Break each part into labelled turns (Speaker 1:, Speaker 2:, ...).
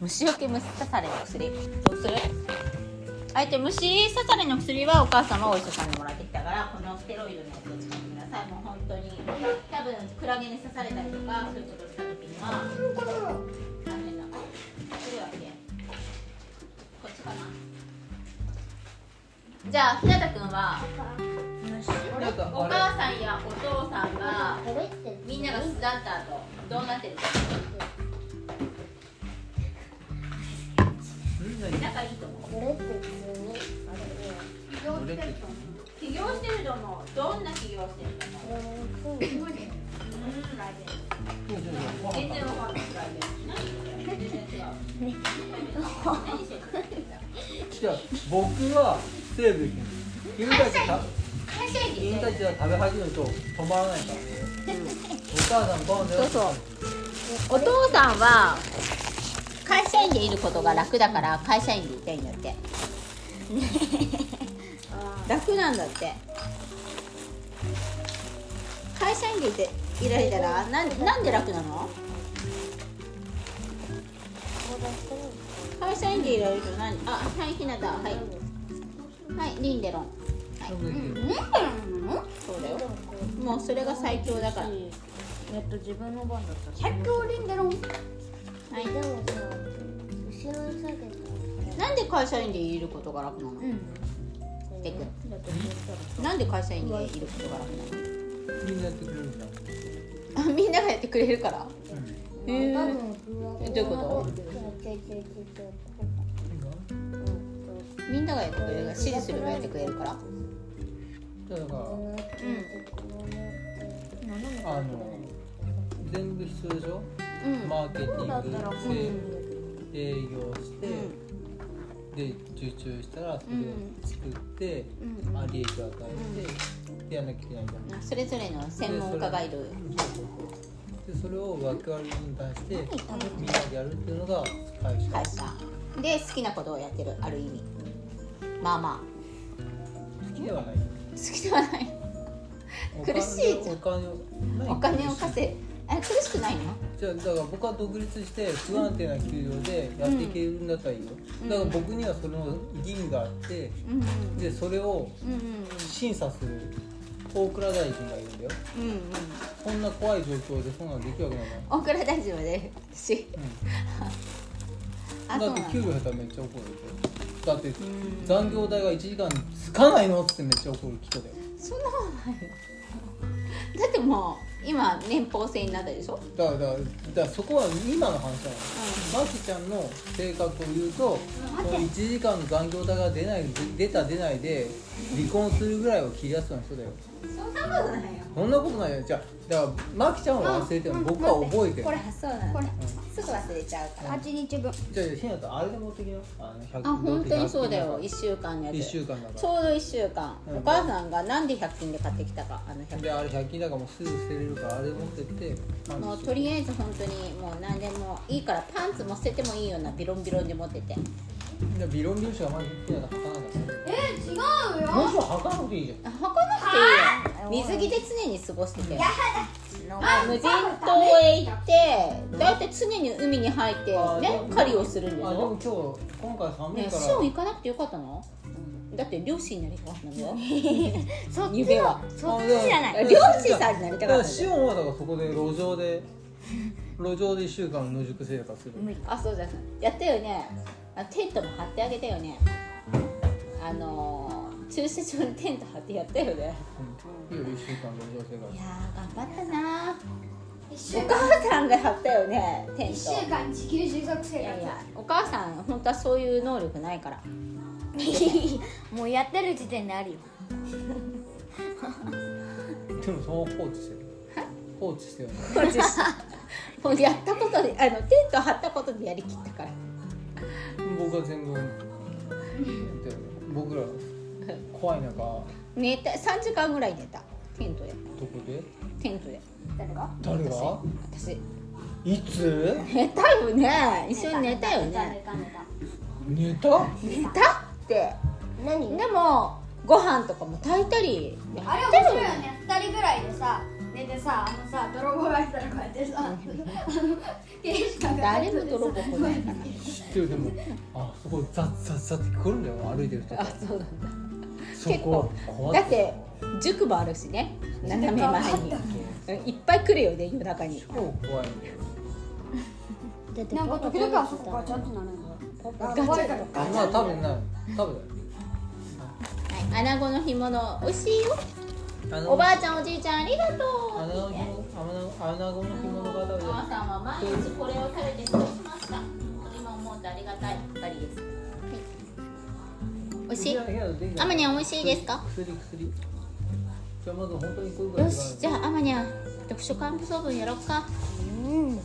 Speaker 1: 虫除け虫刺されの薬どうするあえて虫刺されの薬はお母様はお医者さんにもらってきたからこのステロイドのやつを使ってくださいもう本当に多分クラゲに刺されたりとかそういうことした時にはダメだあどうやってこっちかなじゃあ日向君はお母さんやお父さんがみんなが巣立った後どうなってるか仲いいと思う起業してると思うどんな起業してると思う全然わかんない何全然違う何してる
Speaker 2: じゃあ僕は西武行く犬たちが
Speaker 1: 会社員
Speaker 2: 犬たちが食べ始めると止まらないからねお母さんご飯だよ
Speaker 1: そう お父さんは会社員でいることが楽だから会社員でいたいんだって 楽なんだって会社員でいていられたらなんなんで楽なの会社員でいられると何あはいひなたはいはいリンデロンはい
Speaker 2: そうですよ
Speaker 1: リンデロンなのそうだよもうそれが最強だから
Speaker 3: やっと自分の番だった
Speaker 1: 最強リンデロンはいなんで会社員でいることが楽なの、てくんなんで会社員でいることが楽
Speaker 2: みんなやってくれるんだ
Speaker 1: なのあみんながやってくれるからへえみんながやってくれるから指示すればやってくれるから
Speaker 2: じゃあだからあの全部必要でしょ
Speaker 1: うん
Speaker 2: マーケティング
Speaker 1: う
Speaker 2: して営業して、で受注したらそれを作って、
Speaker 1: うん
Speaker 2: あ利益を与えて、やらなきゃいけないじゃん
Speaker 1: あそれぞれの専門家がいる
Speaker 2: でそれを役割分担してみんなでやるっていうのが会社
Speaker 1: 会社で好きなことをやってるある意味まあまあ
Speaker 2: 好きではない
Speaker 1: 好きではない
Speaker 2: お
Speaker 1: 苦
Speaker 2: 金
Speaker 1: しいじゃん
Speaker 2: お金を
Speaker 1: お金を稼いえ苦しくないの
Speaker 2: じゃあだから僕は独立して不安定な給料でやっていけるんだったらいいよ、だから僕にはその義務があって
Speaker 1: うん
Speaker 2: でそれを
Speaker 1: うん
Speaker 2: 審査する大蔵大臣がいるんだよ
Speaker 1: うんうんうん
Speaker 2: こんな怖い状況でそんなのできるわけないか
Speaker 1: 大倉大臣まで 私あ
Speaker 2: ら、、
Speaker 1: そううんな
Speaker 2: だって
Speaker 1: の
Speaker 2: 給料減ったらめっちゃ怒るでしょだって
Speaker 1: ん
Speaker 2: 残業代が1時間つかないのっつってめっちゃ怒る人だよ
Speaker 1: そんなことないよだってもう今年俸制になったでしょ
Speaker 2: だからだからだからそこは今の話なの、マキちゃんの性格を言うと1時間の残業代が出ない出た出ないで離婚するぐらいは切り出すような人だよ
Speaker 1: そんなことないよ
Speaker 2: そんなことないよじゃあだからマキちゃんは忘れても僕は覚えてる
Speaker 1: これそうなのすぐ忘れちゃうから
Speaker 3: 8日分
Speaker 2: じゃあひなたあれで持ってきなあの100
Speaker 1: あ本当にそうだよ
Speaker 2: 100
Speaker 1: 1週間のやつ
Speaker 2: 一週間だから
Speaker 1: ちょうど1週間、
Speaker 2: うん
Speaker 1: お母さんがなんで100均で買ってきたかあの100
Speaker 2: であれ100均だからもうすぐ捨てれるからあれ持ってって
Speaker 1: 均もうとりあえず本当にもう何でもいいからパンツも捨ててもいいようなビロンビロンで持ってて
Speaker 2: でビロンビロンしかまずひなた履かなかった
Speaker 4: え違うよ
Speaker 2: もうちょい履かなくていいじゃん
Speaker 1: あ箱なくていいよ水着で常に過ごしてて無人島へ行ってだいたい常に海に入って
Speaker 2: あ
Speaker 1: ね
Speaker 2: でも
Speaker 1: 狩りをするんでし
Speaker 2: あで
Speaker 1: ょ
Speaker 2: も今日今回寒い
Speaker 1: ね
Speaker 2: か
Speaker 1: シ
Speaker 2: ら
Speaker 1: オン行かなくてよかったの、だって漁師になりたかったんだよ夢は
Speaker 2: そっちじゃ
Speaker 1: ない漁師さんになりたかったんだよ
Speaker 2: シオンはだからそこで路上で路上で一週間野宿生活する
Speaker 1: あそうじゃんやったよねあテントも張ってあげたよねあのー駐車場にテント張ってやったよね
Speaker 2: いいよ一週間路上生
Speaker 1: い
Speaker 2: 活
Speaker 1: やー頑張ったな
Speaker 4: 一週
Speaker 1: お
Speaker 4: 間
Speaker 1: 母さんが張ったよねテント
Speaker 4: 一週間自給自足生
Speaker 1: いやいや
Speaker 4: 活
Speaker 1: お母さん本当はそういう能力ないから
Speaker 3: もうやってる時点であるよ
Speaker 2: でもそのまま放置してる放置してるね
Speaker 1: 放置した もうやったことであのテント張ったことでやりきったから
Speaker 2: 僕は全部やってる僕ら怖い中ど
Speaker 1: 寝た3時間ぐらい寝たテントで
Speaker 2: こで
Speaker 1: テントで
Speaker 4: 誰が
Speaker 2: 誰が
Speaker 1: 私
Speaker 2: いつ
Speaker 1: 寝たよね一緒に寝たよね
Speaker 2: 寝た
Speaker 1: 寝たって
Speaker 4: 何
Speaker 1: でもご飯とかも炊いたり
Speaker 4: あれ
Speaker 1: や
Speaker 4: 面
Speaker 1: って
Speaker 4: 白
Speaker 1: る
Speaker 4: い
Speaker 1: よ
Speaker 4: よね二人ぐらいでさ寝大体さあのさ泥棒が来たらこうやってさあの刑事官が
Speaker 1: 誰も泥棒来ないから
Speaker 2: 知ってるでもあそこザッザッザッって来るんだよ歩いてる人
Speaker 1: あそうなんだ
Speaker 2: そ
Speaker 1: 結
Speaker 2: こ
Speaker 1: 構
Speaker 2: 怖
Speaker 1: だって塾もあるしね斜め前にうんいっぱい来るよね夜中に
Speaker 2: 超怖いんだよ
Speaker 3: だって
Speaker 4: なんか時々あそこガチャ
Speaker 3: ゃ
Speaker 4: ってなるんだよ
Speaker 1: ガ
Speaker 4: ガ
Speaker 1: チ
Speaker 4: チ
Speaker 1: ャ
Speaker 4: ャ
Speaker 2: あまあ多分ない多分
Speaker 1: はい穴子の干物美味しいよ
Speaker 2: あ
Speaker 1: おばあちゃんおじいちゃんありがとう
Speaker 2: 穴子穴穴子の着物が食べ
Speaker 1: お母さんは毎日これを食べて過ごしました今思うとありがたい二人です、はい、美味しいアマニャン美味しいですか
Speaker 2: 薬薬じゃあまず本当にこういう
Speaker 1: よしじ
Speaker 2: あ
Speaker 1: ゃあアマニャン読書感想文やろっか
Speaker 3: うん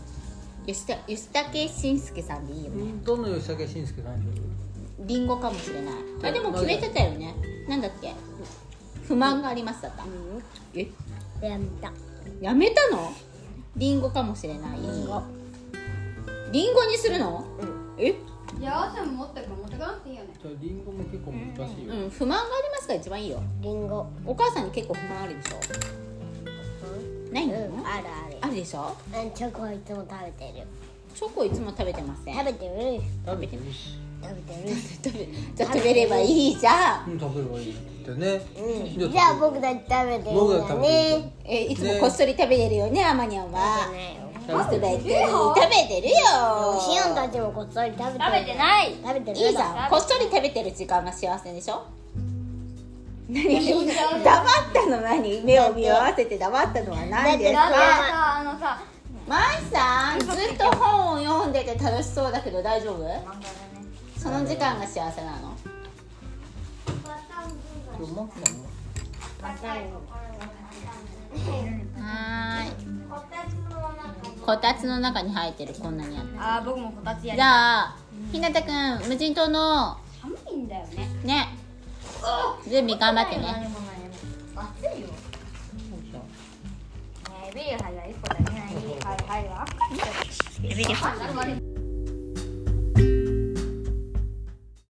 Speaker 1: 吉田吉武慎介さんでいいよね
Speaker 2: どの吉武慎介さんでしょ
Speaker 1: リンゴかもしれないあでも決めてたよねなんだっけ不満がありますだったえ
Speaker 3: やめた
Speaker 1: やめたのリンゴかもしれないリンゴにするの、え
Speaker 4: いや汗も持ってるから持ってかなくていいよね
Speaker 2: うじゃあリンゴも結構難しいよ、
Speaker 1: うん不満がありますが一番いいよ
Speaker 3: リンゴ
Speaker 1: お母さんに結構不満あるでしょない
Speaker 3: うん
Speaker 1: の、
Speaker 3: あるある
Speaker 1: あるでしょ
Speaker 3: うんチョコいつも食べてる
Speaker 1: チョコいつも食べてません
Speaker 3: 食べてる
Speaker 2: 食べてるし
Speaker 3: 食べてる
Speaker 1: 食べじゃあ食べればいいじゃん
Speaker 2: うん食べればいいだよね、
Speaker 3: うんじゃあ僕たち食べていいん
Speaker 2: 僕
Speaker 3: だ
Speaker 2: だった
Speaker 3: よ
Speaker 2: ら
Speaker 3: ね
Speaker 2: 食
Speaker 1: えいつもこっそり食べれるよねアマニャンは
Speaker 3: 食べてないよ
Speaker 1: 食べ
Speaker 2: べて
Speaker 1: て
Speaker 2: る
Speaker 1: る食べてるよ
Speaker 3: シオンたちもこっそり食べてる
Speaker 1: 食べてない
Speaker 3: 食べてる
Speaker 1: いいじゃんこっそり食べてる時間が幸せでしょ何黙ったの何目を見合わせて黙ったのは何です
Speaker 4: だっ
Speaker 1: か
Speaker 4: てさあのさ
Speaker 1: マイさんずっと本を読んでて楽しそうだけど大丈夫その時間が幸せなの
Speaker 2: 今日マックなの
Speaker 1: はーいこたつの中に生えてるこんなにある
Speaker 4: あー僕もこたつや
Speaker 1: じゃあひなたくん無人島の
Speaker 4: 寒いんだよね
Speaker 1: ね準備頑張ってね
Speaker 4: はいはいわ